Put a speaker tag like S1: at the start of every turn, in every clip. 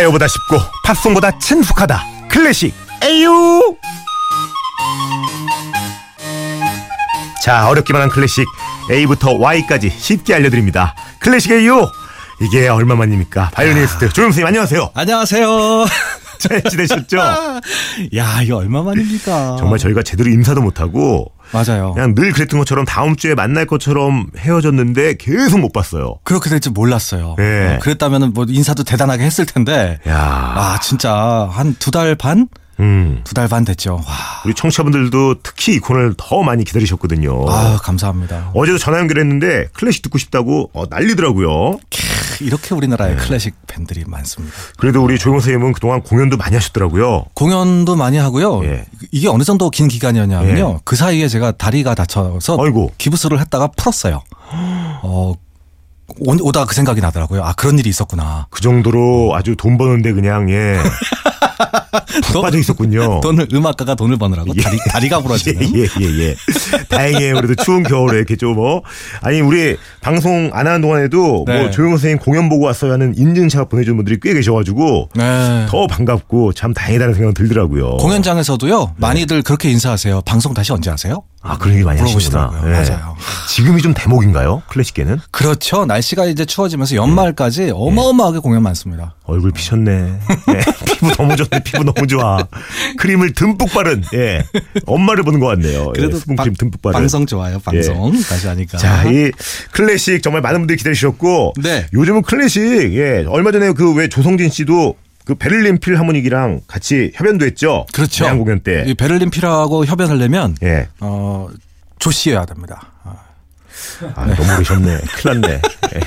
S1: 레어보다 쉽고 팝송보다 친숙하다 클래식 에유 자 어렵기만 한 클래식 A부터 Y까지 쉽게 알려드립니다 클래식 에유 이게 얼마만입니까 바이올리니스트 조용 선생님 안녕하세요
S2: 안녕하세요.
S1: 잘
S2: 어.
S1: 지내셨죠?
S2: 야, 이거 얼마만입니까?
S1: 정말 저희가 제대로 인사도 못하고
S2: 맞아요.
S1: 그냥 늘 그랬던 것처럼 다음 주에 만날 것처럼 헤어졌는데 계속 못 봤어요
S2: 그렇게 될 줄 몰랐어요.
S1: 예.
S2: 어, 그랬다면 뭐 인사도 대단하게 했을 텐데.
S1: 야
S2: 아, 진짜 한 두 달 반?
S1: 음.
S2: 두 달 반 됐죠. 와.
S1: 우리 청취자분들도 특히 이 코너를 더 많이 기다리셨거든요
S2: 아, 감사합니다.
S1: 어제도 전화 연결했는데 클래식 듣고 싶다고 어, 난리더라고요.
S2: 캬, 이렇게 우리나라에 클래식 팬들이 많습니다.
S1: 그래도 우리 조용 선생님은 그동안 공연도 많이 하셨더라고요.
S2: 공연도 많이 하고요.
S1: 예.
S2: 이게 어느 정도 긴 기간이었냐면요. 그 사이에 제가 다리가 다쳐서
S1: 아이고.
S2: 기부스를 했다가 풀었어요. 어, 오- 오다가 그 생각이 나더라고요. 아, 그런 일이 있었구나.
S1: 그 정도로 아주 돈 버는데 그냥 예. 푹
S2: 돈-
S1: 빠져 있었군요.
S2: 돈을 음악가가 돈을 버느라고 다리, 다리가 부러지는
S1: 어. 예, 예, 예, 예. 다행이에요. 그래도 추운 겨울에 이렇게 좀 뭐. 아니, 우리 방송 안 하는 동안에도
S2: 네.
S1: 뭐 조용 선생님 공연 보고 왔어요 하는 인증샷 보내준 분들이 꽤 계셔가지고
S2: 네.
S1: 더 반갑고 참 다행이다는 생각 들더라고요.
S2: 공연장에서도요
S1: 네.
S2: 많이들 그렇게 인사하세요. 방송 다시 언제 하세요?
S1: 아, 그런 얘기 많이 하시구나. 예.
S2: 물어보시더라고요. 맞아요.
S1: 지금이 좀 대목인가요? 클래식계는?
S2: 그렇죠. 날씨가 이제
S1: 예.
S2: 추워지면서 연말까지 어마어마하게 공연 많습니다.
S1: 얼굴 피셨네. 예, 피부 너무 좋네. 피부 너무 좋아. 크림을 듬뿍 바른. 예. 엄마를 보는 것 같네요. 예, 수분
S2: 방-
S1: 크림 듬뿍 바른.
S2: 방송 좋아요. 방송 다시 하니까.
S1: 자, 이 클래식 정말 많은 분들이 기다리셨고
S2: 네.
S1: 요즘은 클래식 예. 얼마 전에 그 왜 조성진 씨도 그 베를린 필하모닉이랑 같이 협연도 했죠.
S2: 그렇죠.
S1: 대한 공연 때.
S2: 이 베를린 필하고 협연하려면
S1: 예.
S2: 어, 조씨여야 됩니다. 아,
S1: 아, 너무 오래셨네. 큰일 났네.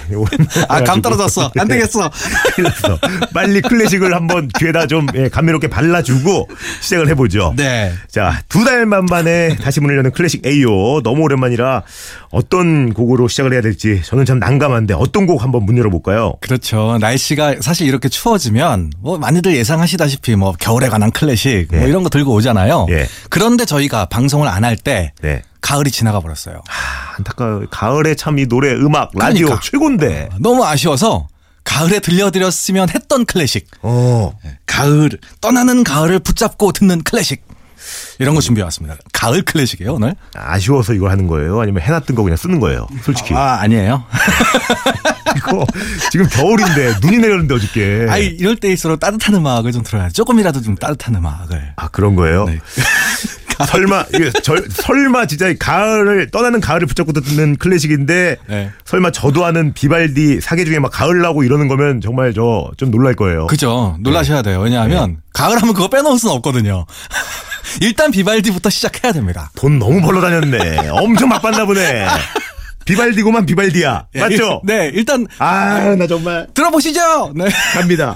S1: 예, 오랜만에
S2: 아, 감
S1: 가지고. 네,
S2: 떨어졌어. 안 되겠어.
S1: 큰일 났어. 빨리 클래식을 한번 귀에다 좀 예, 감미롭게 발라주고 시작을 해보죠.
S2: 네.
S1: 자, 두 달만 만에 다시 문을 여는 클래식 AO. 너무 오랜만이라 어떤 곡으로 시작을 해야 될지 저는 참 난감한데 어떤 곡 한번 문 열어볼까요?
S2: 그렇죠. 날씨가 사실 이렇게 추워지면 뭐 많이들 예상하시다시피 뭐 겨울에 관한 클래식
S1: 예.
S2: 뭐 이런 거 들고 오잖아요.
S1: 예.
S2: 그런데 저희가 방송을 안 할 때
S1: 네.
S2: 가을이 지나가 버렸어요.
S1: 아, 안타까워요. 가을에 참 이 노래, 음악, 라디오
S2: 그러니까.
S1: 최고인데.
S2: 너무 아쉬워서 가을에 들려드렸으면 했던 클래식.
S1: 어.
S2: 가을 떠나는 가을을 붙잡고 듣는 클래식. 이런 거 준비해 왔습니다. 가을 클래식이에요, 오늘?
S1: 아쉬워서 이걸 하는 거예요? 아니면 해놨던 거 그냥 쓰는 거예요? 솔직히.
S2: 아, 아니에요.
S1: 이거 지금 겨울인데 눈이 내렸는데 어저께.
S2: 아이 이럴 때일수록 따뜻한 음악을 좀 들어야 조금이라도 좀 따뜻한 음악을.
S1: 아, 그런 거예요?
S2: 네.
S1: 설마 이게 절- 설마 진짜 이 가을을 떠나는 가을을 붙잡고 듣는 클래식인데
S2: 네.
S1: 설마 저도 아는 비발디 사계 중에 막 가을 나고 이러는 거면 정말 저 좀 놀랄 거예요. 네.
S2: 그죠. 놀라셔야 돼요. 왜냐하면 가을 하면 그거 빼놓을 수는 없거든요. 일단 비발디부터 시작해야 됩니다.
S1: 돈 너무 벌러 다녔네. 엄청 막 봤나 보네. 비발디고만 비발디야. 맞죠?
S2: 네, 일단
S1: 아 나 정말
S2: 들어보시죠. 네.
S1: 갑니다.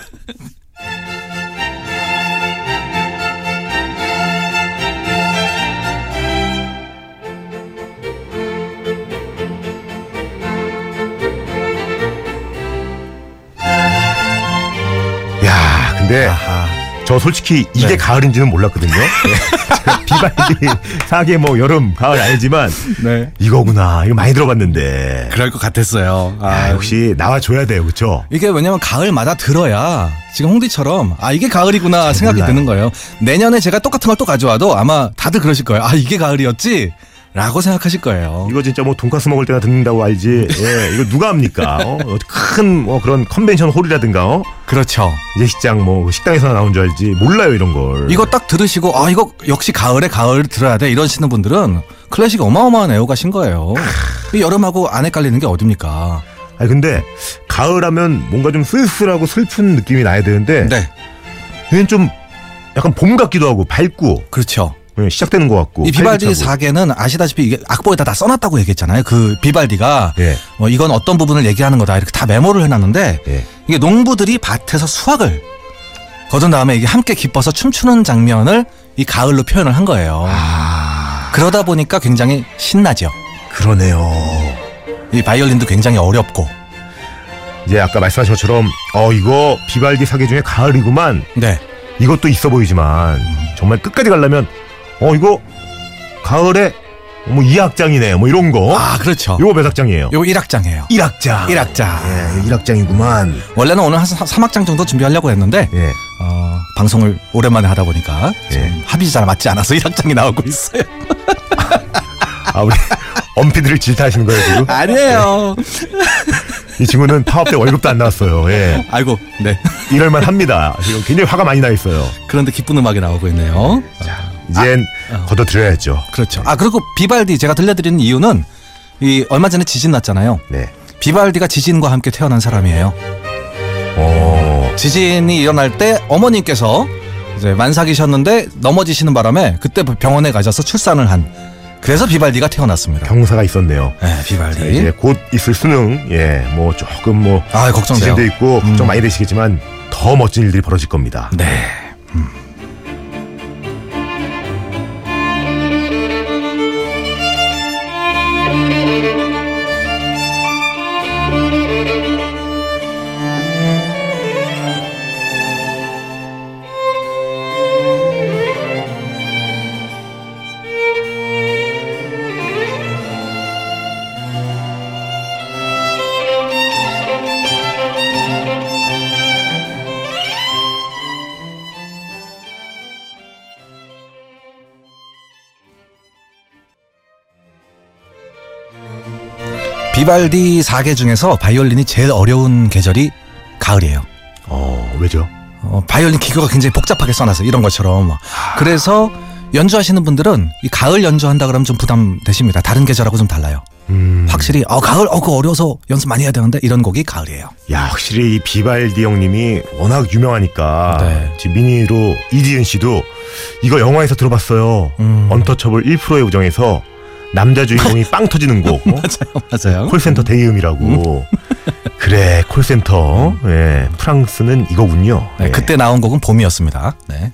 S1: 야, 근데 저 솔직히 이게 가을인지는 몰랐거든요. 제가 비발디 사계 뭐 여름 가을 아니지만
S2: 네.
S1: 이거구나 이거 많이 들어봤는데.
S2: 그럴 것 같았어요.
S1: 아, 역시 나와 줘야 돼요, 그렇죠?
S2: 이게 왜냐면 가을마다 들어야 지금 홍디처럼 아 이게 가을이구나 생각이
S1: 몰라요.
S2: 드는 거예요. 내년에 제가 똑같은 걸 또 가져와도 아마 다들 그러실 거예요. 아 이게 가을이었지라고 생각하실 거예요.
S1: 이거 진짜 뭐 돈가스 먹을 때나 듣는다고 알지. 예, 이거 누가 합니까? 어? 큰 뭐 그런 컨벤션 홀이라든가 어?
S2: 그렇죠.
S1: 예식장 뭐 식당에서 나온 줄 알지. 몰라요 이런 걸.
S2: 이거 딱 들으시고 아 이거 역시 가을에 가을 들어야 돼 이러시는 분들은 클래식 어마어마한 애호가신 거예요. 이 여름하고 안 헷갈리는 게 어딥니까?
S1: 아니 근데 가을하면 뭔가 좀 쓸쓸하고 슬픈 느낌이 나야 되는데
S2: 네,
S1: 얘는 좀 약간 봄 같기도 하고 밝고
S2: 그렇죠.
S1: 예, 시작되는 것 같고.
S2: 이 비발디
S1: 활기차고.
S2: 사계는 아시다시피 이게 악보에다 다 써놨다고 얘기했잖아요. 그 비발디가
S1: 예,
S2: 어, 이건 어떤 부분을 얘기하는 거다 이렇게 다 메모를 해놨는데
S1: 예.
S2: 이게 농부들이 밭에서 수확을 거둔 다음에 이게 함께 기뻐서 춤추는 장면을 이 가을로 표현을 한 거예요.
S1: 아
S2: 그러다 보니까 굉장히 신나죠.
S1: 그러네요.
S2: 이 바이올린도 굉장히 어렵고.
S1: 이제 아까 말씀하신 것처럼 어 이거 비발디 사계 중에 가을이구만
S2: 네.
S1: 이것도 있어 보이지만 정말 끝까지 가려면 어 이거 가을에 뭐 2악장이네 뭐 이런 거.
S2: 아, 그렇죠.
S1: 요거 몇 악장이에요?
S2: 요 1악장이에요.
S1: 1악장.
S2: 1악장.
S1: 예, 1악장이구만.
S2: 원래는 오늘 한 3악장 정도 준비하려고 했는데
S1: 예.
S2: 어, 방송을 오랜만에 하다 보니까 지금 합이 잘 맞지 않아서 1악장이 나오고 있어요.
S1: 아 우리 엄피디를 질타하시는 거예요 지금?
S2: 아니에요.
S1: 이 친구는 파업 때 월급도 안 나왔어요. 예.
S2: 아이고, 네.
S1: 이럴만 합니다. 지금 굉장히 화가 많이 나 있어요.
S2: 그런데 기쁜 음악이 나오고 있네요.
S1: 이젠 아, 걷어들여야죠.
S2: 그렇죠. 아 그리고 비발디 제가 들려드리는 이유는 이 얼마 전에 지진 났잖아요.
S1: 네.
S2: 비발디가 지진과 함께 태어난 사람이에요.
S1: 어.
S2: 지진이 일어날 때 어머님께서 이제 만삭이셨는데 넘어지시는 바람에 그때 병원에 가셔서 출산을 한 그래서 비발디가 태어났습니다.
S1: 경사가 있었네요.
S2: 네,
S1: 자, 이제
S2: 비발디.
S1: 곧 있을 수능, 예, 뭐 조금 뭐
S2: 아 걱정돼요.
S1: 지진도 있고 걱정
S2: 음.
S1: 많이 되시겠지만 더 멋진 일들이 벌어질 겁니다.
S2: 네. 비발디 4개 중에서 바이올린이 제일 어려운 계절이 가을이에요.
S1: 어, 왜죠?
S2: 어, 바이올린 기교가 굉장히 복잡하게 써놔서 이런 것처럼 그래서 연주하시는 분들은 이 가을 연주한다 그러면 좀 부담되십니다. 다른 계절하고 좀 달라요.
S1: 음,
S2: 확실히 어 가을 어그 어려워서 연습 많이 해야 되는데 이런 곡이 가을이에요.
S1: 야, 확실히 이 비발디 형님이 워낙 유명하니까
S2: 네.
S1: 지금 미니로 이지은 씨도 이거 영화에서 들어봤어요.
S2: 음.
S1: 언터처블 1%의 우정에서 남자 주인공이 빵 터지는 곡. 어?
S2: 맞아요.
S1: 콜센터 대이음이라고. 그래, 콜센터. 예, 프랑스는 이거군요.
S2: 음. 네,
S1: 예.
S2: 그때 나온 곡은 봄이었습니다. 네.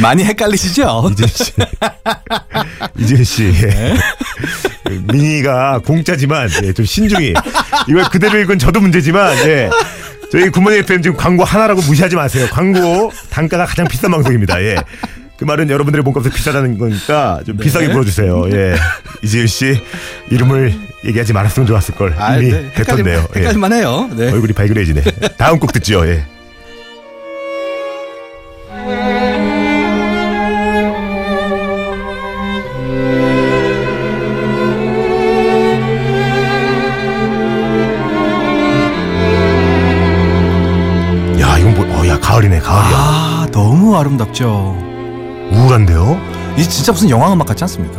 S2: 많이 헷갈리시죠?
S1: 이진 씨. 이진 씨. 예.
S2: 네.
S1: 미니가 공짜지만 예, 좀 신중히 이걸 그대로 읽은 저도 문제지만 예. 저희 굿모닝 FM 지금 광고 하나라고 무시하지 마세요. 광고 단가가 가장 비싼 방송입니다. 예. 그 말은 여러분들의 몸값에 비싸다는 거니까 좀
S2: 네.
S1: 비싸게 불어주세요. 예. 이지은 씨 이름을 얘기하지 말았으면 좋았을 걸
S2: 아,
S1: 이미
S2: 네.
S1: 됐던데요.
S2: 헷갈림- 헷갈릴만 해요.
S1: 예.
S2: 네.
S1: 얼굴이 발그레지네. 다음 곡 듣죠. 예. 야 이건 뭐? 어야 가을이네 가을이야.
S2: 아, 너무 아름답죠.
S1: 우울한데요?
S2: 이 진짜 무슨 영화 음악 같지 않습니까?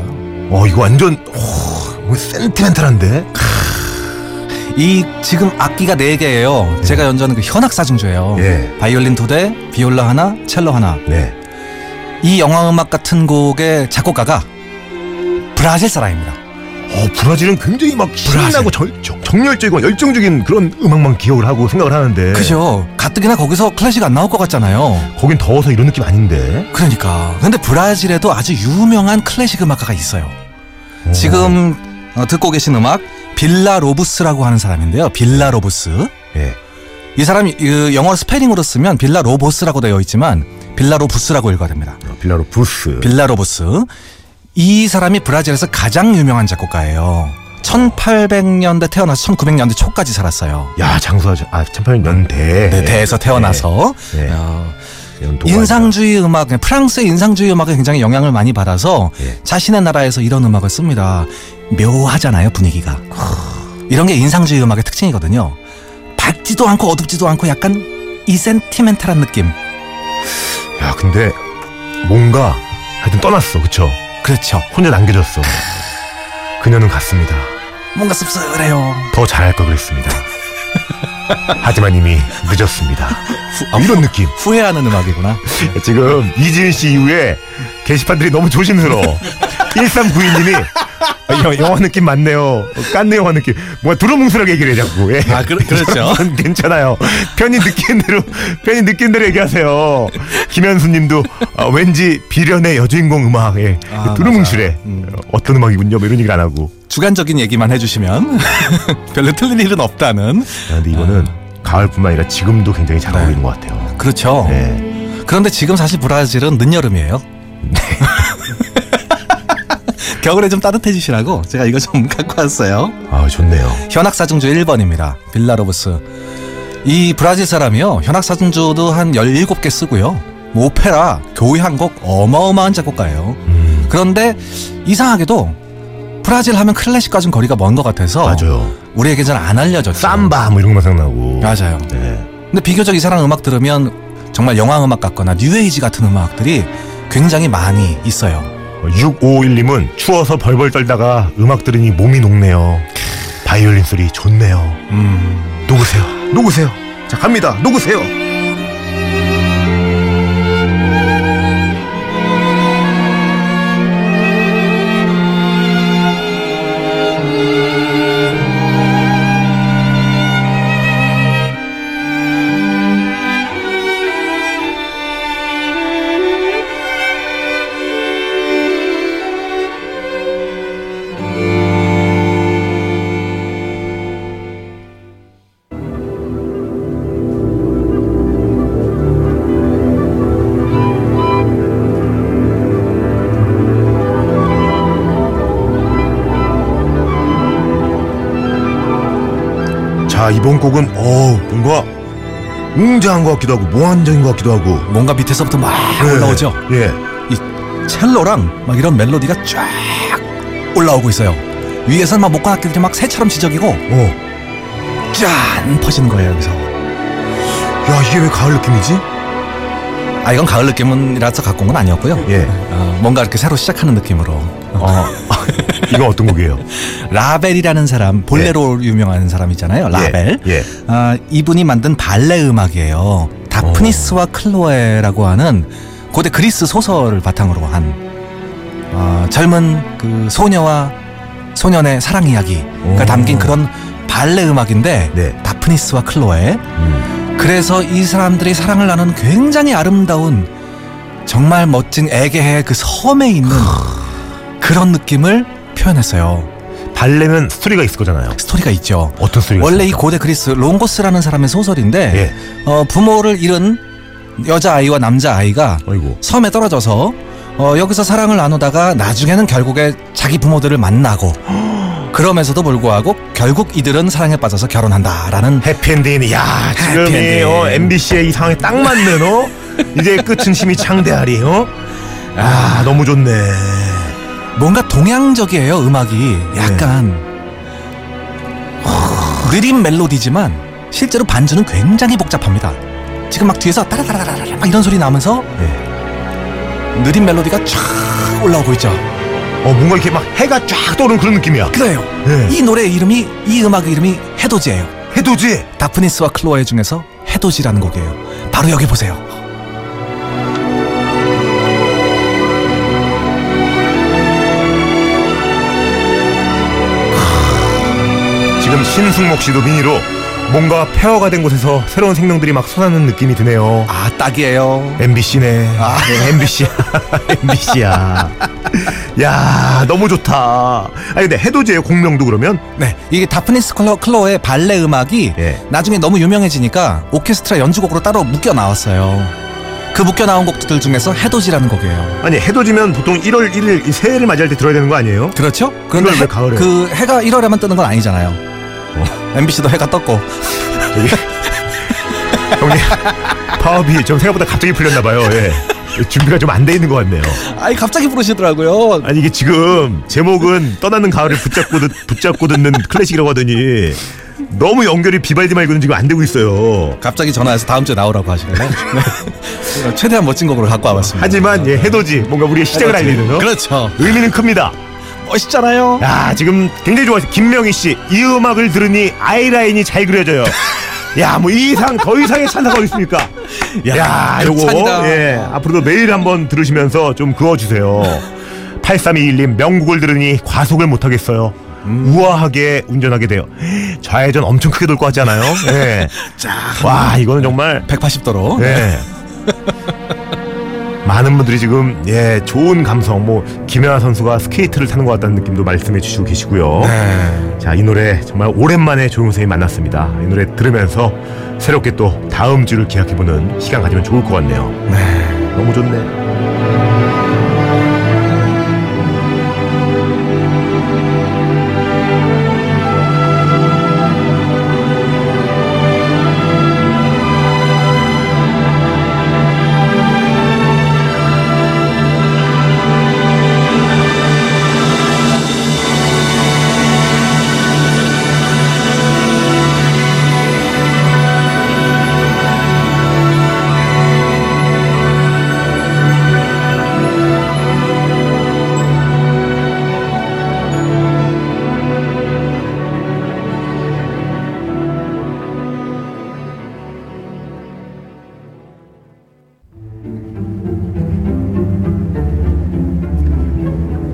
S1: 어 이거 완전 오, 뭐 센티멘탈한데?
S2: 이 지금 악기가 네개예요 제가 연주하는 그 현악 사중주예요.
S1: 예.
S2: 바이올린 두 대, 비올라 하나, 첼로 하나.
S1: 네.
S2: 이 영화 음악 같은 곡의 작곡가가 브라질 사람입니다.
S1: 어, 브라질은 굉장히 막
S2: 브라질.
S1: 신나고 절, 정- 정열적이고 열정적인 그런 음악만 기억을 하고 생각을 하는데
S2: 예. 그죠? 가뜩이나 거기서 클래식 안 나올 것 같잖아요.
S1: 거긴 더워서 이런 느낌 아닌데
S2: 그러니까. 근데 브라질에도 아주 유명한 클래식 음악가가 있어요.
S1: 어.
S2: 지금 어, 듣고 계신 음악 빌라 로부스라고 하는 사람인데요. 빌라 로부스.
S1: 예.
S2: 이 사람이 그 영어 스페링으로 쓰면 빌라 로보스라고 되어 있지만 빌라 로부스라고 읽어야 됩니다.
S1: 어, 빌라로 부스
S2: 네. 빌라로보스. 이 사람이 브라질에서 가장 유명한 작곡가예요. 1800년대 태어나서 1900년대 초까지 살았어요.
S1: 야 장수하죠 아 참파연 연대
S2: 네, 대에서 태어나서
S1: 네.
S2: 어,
S1: 이런 도가
S2: 인상주의 음악, 프랑스의 인상주의 음악에 굉장히 영향을 많이 받아서
S1: 네.
S2: 자신의 나라에서 이런 음악을 씁니다. 묘하잖아요 분위기가. 이런 게 인상주의 음악의 특징이거든요. 밝지도 않고 어둡지도 않고 약간 이 센티멘탈한 느낌.
S1: 아니라. 야 근데 뭔가 하여튼 떠났어 그쵸
S2: 그렇죠.
S1: 혼자 남겨졌어 그녀는 갔습니다
S2: 뭔가 씁쓸해요.
S1: 더 잘할 걸 그랬습니다 하지만 이미 늦었습니다
S2: 아,
S1: 이런 느낌
S2: 후회하는 음악이구나.
S1: 지금 이지은 씨 이후에 게시판들이 너무 조심스러워. 1392님이
S2: 아,
S1: 영화 느낌 맞네요. 깐네 영화 느낌. 뭔가 두루뭉술하게 얘기를 해 자꾸. 예.
S2: 아, 그- 그렇죠.
S1: 여러분, 괜찮아요. 편히 느낀 대로 편히 느낀 대로 얘기하세요. 김현수님도 아, 왠지 비련의 여주인공 음악. 예.
S2: 아,
S1: 두루뭉술해. 어떤 음악이군요. 뭐 이런 얘기를 안 하고.
S2: 주관적인 얘기만 해주시면 별로 틀린 일은 없다는.
S1: 아, 근데 이거는 가을뿐만 아니라 지금도 굉장히
S2: 네.
S1: 잘 어울리는 것 같아요.
S2: 그렇죠.
S1: 네.
S2: 네. 그런데 지금 사실 브라질은 늦여름이에요. 겨울에 좀 따뜻해지시라고 제가 이거 좀 갖고 왔어요.
S1: 아 좋네요.
S2: 현악사중주 1번입니다. 빌라로브스. 이 브라질 사람이요. 현악사중주도 한 17개 쓰고요. 뭐 오페라, 교회 한 곡 어마어마한 작곡가예요.
S1: 음,
S2: 그런데 이상하게도 브라질 하면 클래식과 좀 거리가 먼 것 같아서
S1: 맞아요.
S2: 우리에게는 잘 안 알려졌죠.
S1: 쌈바 뭐 이런 거 생각나고.
S2: 맞아요.
S1: 네.
S2: 근데 비교적 이 사람 음악 들으면 정말 영화 음악 같거나 뉴에이지 같은 음악들이 굉장히 많이 있어요.
S1: 6551님은 추워서 벌벌 떨다가 음악 들으니 몸이 녹네요. 바이올린 소리 좋네요.
S2: 음.
S1: 녹으세요. 녹으세요. 자 갑니다. 녹으세요. 자 이번 곡은 어 뭔가 웅장한 것 같기도 하고 몽환적인 것 같기도 하고
S2: 뭔가 밑에서부터 막 올라오죠.
S1: 예.
S2: 이 첼로랑 막 이런 멜로디가 쫙 올라오고 있어요. 위에서는 막 목관악기들이 막 새처럼 지적이고
S1: 어.
S2: 짠 퍼지는 거예요 여기서.
S1: 야 이게 왜 가을 느낌이지?
S2: 아 이건 가을 느낌이라서 갖고 온 건 아니었고요.
S1: 예.
S2: 어, 뭔가 이렇게 새로 시작하는 느낌으로
S1: 어. 이건 어떤 곡이에요?
S2: 라벨이라는 사람 볼레로 유명한 사람이잖아요. 라벨.
S1: 예. 예.
S2: 아, 이분이 만든 발레 음악이에요. 다프니스와 클로에라고 하는 고대 그리스 소설을 바탕으로 한 아, 젊은 그 소녀와 소년의 사랑 이야기가
S1: 오.
S2: 담긴 그런 발레 음악인데
S1: 네.
S2: 다프니스와 클로에
S1: 음.
S2: 그래서 이 사람들이 사랑을 나눈 굉장히 아름다운 정말 멋진 에게의 그 섬에 있는 그런 느낌을 표현했어요.
S1: 발레면 스토리가 있을 거잖아요.
S2: 스토리가 있죠.
S1: 어떤 스토리가
S2: 원래 이
S1: 있습니까?
S2: 고대 그리스 롱고스라는 사람의 소설인데
S1: 예.
S2: 어, 부모를 잃은 여자아이와 남자아이가
S1: 아이고.
S2: 섬에 떨어져서 어, 여기서 사랑을 나누다가 나중에는 결국에 자기 부모들을 만나고 그럼에서도 불구하고 결국 이들은 사랑에 빠져서 결혼한다라는
S1: 해피엔딩이 야 지금 이
S2: 해피엔딩.
S1: 어, MBC의 이 상황에 딱 맞는 어 이제 끝은 심히 창대하리 어. 아 너무 좋네.
S2: 뭔가 동양적이에요 음악이 약간 느린 멜로디지만 실제로 반주는 굉장히 복잡합니다 지금 막 뒤에서 따라따라따라 막 이런 소리 나면서
S1: 예.
S2: 느린 멜로디가 쫙 올라오고 있죠
S1: 어 뭔가 이렇게 막 해가 쫙 떠오르는 그런 느낌이야.
S2: 그래요
S1: 예.
S2: 이 노래의 이름이 이 음악의 이름이 해돋이예요
S1: 해도지.
S2: 다프니스와 클로에 중에서 해돋이라는 곡이에요 바로 여기 보세요
S1: 지금 신승목 씨도 미니로 뭔가 폐허가 된 곳에서 새로운 생명들이 막 솟아나는 느낌이 드네요.
S2: 아 딱이에요
S1: MBC네.
S2: 아.
S1: MBC야. MBC야. 야, 너무 좋다. 아니, 근데 해돋이의 공명도 그러면?
S2: 네 이게 다프니스 클로, 클로의 발레 음악이
S1: 예.
S2: 나중에 너무 유명해지니까 오케스트라 연주곡으로 따로 묶여 나왔어요. 그 묶여 나온 곡들 중에서 해돋이라는 곡이에요.
S1: 아니, 해돋이면 보통 1월 1일 이 새해를 맞이할 때 들어야 되는 거 아니에요?
S2: 그렇죠? 그런데
S1: 이걸 왜
S2: 해,
S1: 가을에? 어.
S2: 그 해가 1월에만 뜨는 건 아니잖아요. MBC도 해가 떴고
S1: 형님, 파업이 좀 생각보다 갑자기 풀렸나봐요. 예. 준비가 좀 안 돼 있는 것 같네요.
S2: 아이 갑자기 부르시더라고요.
S1: 아니, 이게 지금 제목은 떠나는 가을을 붙잡고, 듣, 붙잡고 듣는 클래식이라고 하더니 너무 연결이 비발디 말고는 지금 안 되고 있어요.
S2: 갑자기 전화해서 다음 주에 나오라고 하시길래 네. 최대한 멋진 곡으로 갖고 와봤습니다.
S1: 하지만, 예, 해돋이. 뭔가 우리의 시작을 알리는, 어?
S2: 그렇죠.
S1: 의미는 큽니다.
S2: 멋있잖아요.
S1: 야 지금 굉장히 좋아요 김명희 씨 이 음악을 들으니 아이라인이 잘 그려져요. 야 뭐 이상 더 이상의 찬사가 어디 있습니까? 야, 요거
S2: 극찬이다.
S1: 예 앞으로도 매일 한번 들으시면서 좀 그어주세요. 8321님 명곡을 들으니 과속을 못 하겠어요. 우아하게 운전하게 돼요. 좌회전 엄청 크게 돌 것 같지 않아요? 예. 와 이거는 정말
S2: 180도로.
S1: 예. 많은 분들이 지금 예 좋은 감성 뭐 김연아 선수가 스케이트를 타는 것 같다는 느낌도 말씀해 주시고 계시고요.
S2: 네.
S1: 자 이 노래 정말 오랜만에 조용 선생님 만났습니다. 이 노래 들으면서 새롭게 또 다음 주를 기약해 보는 시간 가지면 좋을 것 같네요.
S2: 네.
S1: 너무 좋네.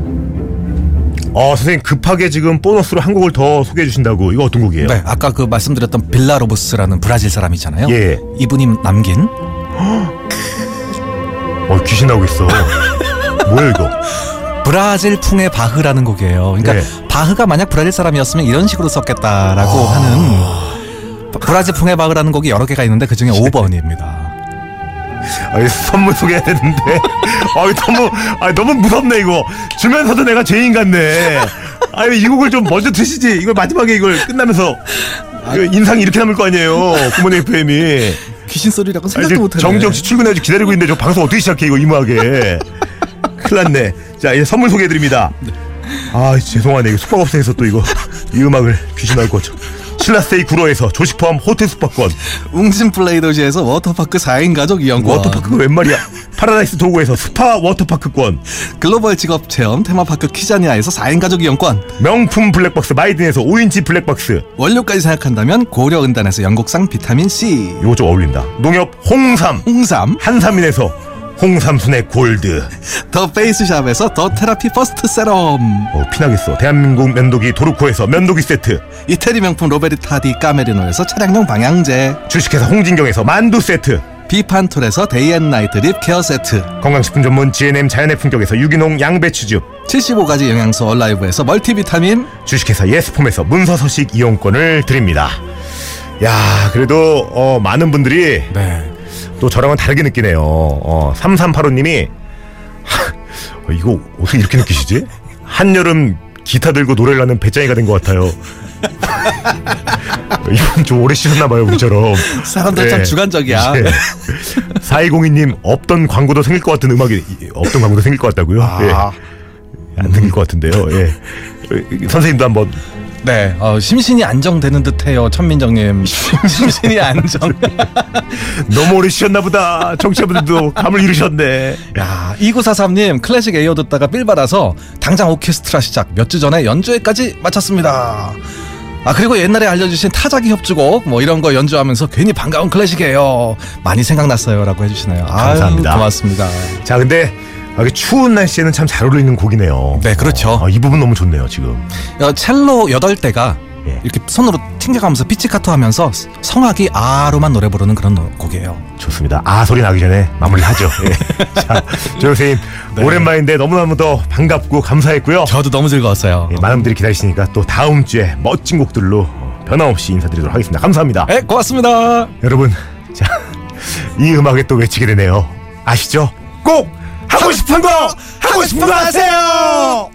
S2: 있습니다.
S1: 어, 선생님 급하게 지금 보너스로 한 곡을 더 소개해 주신다고. 이거 어떤 곡이에요?
S2: 네, 아까 그 말씀드렸던 빌라로보스라는 브라질 사람 있잖아요.
S1: 예.
S2: 이분이 남긴
S1: 어, 귀신 나오고 있어. 뭐야 이거?
S2: 브라질 풍의 바흐라는 곡이에요. 그러니까
S1: 예.
S2: 바흐가 만약 브라질 사람이었으면 이런 식으로 썼겠다라고 하는 브라질 풍의 바흐라는 곡이 여러 개가 있는데 그 중에 5번입니다.
S1: 아, 이 선물 소개해야 되는데. 아, 이거 너무 아, 너무 무섭네 이거. 주면서도 내가 죄인 같네. 아, 이 곡을 좀 먼저 드시지. 이걸 마지막에 이걸 끝나면서 이거 인상이 이렇게 남을 거 아니에요. 구몬의 FM이.
S3: 귀신
S2: 아,
S3: 소리라고
S1: 이제
S3: 생각도 못했네.
S1: 정정 씨 출근해야지 기다리고 있는데 저 방송 어떻게 시작해 이거 이무하게. 큰일 났네. 자, 이제 선물 소개해 드립니다.
S3: 네.
S1: 아, 죄송하네. 이거 숙박업소에서 또 이거 이 음악을 귀신 알고 거죠. 신라스테이 구로에서 조식 포함 호텔 숙박권.
S2: 웅진 플레이 도시에서 워터파크 4인 가족 이용권,
S1: 워터파크가 웬 말이야? 파라다이스 도구에서 스파 워터파크권.
S2: 글로벌 직업 체험 테마파크 키자니아에서 4인 가족 이용권,
S1: 명품 블랙박스 마이든에서 5인치 블랙박스.
S2: 원료까지 생각한다면 고려 은단에서 영국산 비타민 C,
S1: 이거 좀 어울린다. 농협 홍삼.
S2: 홍삼,
S1: 한삼인에서 홍삼 순의 골드.
S2: 더 페이스샵에서 더 테라피 퍼스트 세럼.
S1: 어, 피나겠어. 대한민국 면도기 도르코에서 면도기 세트.
S2: 이태리 명품 로베르타디 까메리노에서 차량용 방향제
S1: 주식회사 홍진경에서 만두 세트.
S2: 비판톨에서 데이앤나이트 립케어 세트
S1: 건강식품 전문 GNM 자연의 품격에서 유기농 양배추즙
S2: 75가지 영양소 얼라이브에서 멀티비타민
S1: 주식회사 예스폼에서 문서서식 이용권을 드립니다 야 그래도 어, 많은 분들이
S2: 네
S1: 또 저랑은 다르게 느끼네요 어, 3385님이 이거 어떻게 이렇게 느끼시지? 한여름 기타 들고 노래를 하는 배짱이가 된 것 같아요 이분 좀 오래 쉬셨나봐요 우리처럼
S2: 사람들 참 주관적이야
S1: 예. 4202님 없던 광고도 생길 것 같은 음악이 이- 없던 광고도 생길 것 같다고요?
S2: 아.
S1: 예. 안 생길 것 같은데요. 예. 이- 이- 선생님도 한번
S2: 네 어, 심신이 안정되는 듯해요 천민정님 심신이 안정
S1: 너무 오래 쉬셨나 보다. 청취자분들도 감을 잃으셨네.
S2: 야 2943님 아, 클래식 에이어 듣다가 삘 받아서 당장 오케스트라 시작 몇 주 전에 연주회까지 마쳤습니다 아 그리고 옛날에 알려주신 타자기 협주곡 뭐 이런 거 연주하면서 괜히 반가운 클래식이에요 많이 생각났어요 라고 해주시네요 아유,
S1: 감사합니다.
S2: 고맙습니다
S1: 자, 근데 아, 이게 추운 날씨에는 참 잘 어울리는 곡이네요.
S2: 네, 그렇죠.
S1: 어, 아, 이 부분 너무 좋네요, 지금.
S2: 어, 첼로 여덟 대가
S1: 예.
S2: 이렇게 손으로 튕겨가면서 피치카토 하면서 성악이 아로만 노래 부르는 그런 노- 곡이에요.
S1: 좋습니다. 아, 소리 나기 전에 마무리를 하죠. 예. 자, 조 선생님 오랜만인데 너무너무 더 반갑고 감사했고요.
S2: 저도 너무 즐거웠어요.
S1: 예, 많은 분들이 기다리시니까 또 다음 주에 멋진 곡들로 어, 변함없이 인사드리도록 하겠습니다. 감사합니다.
S2: 네, 고맙습니다.
S1: 여러분, 자, 이 음악에 또 외치게 되네요. 아시죠? 꼭 하고 싶은 거 하고 싶은 거 하세요.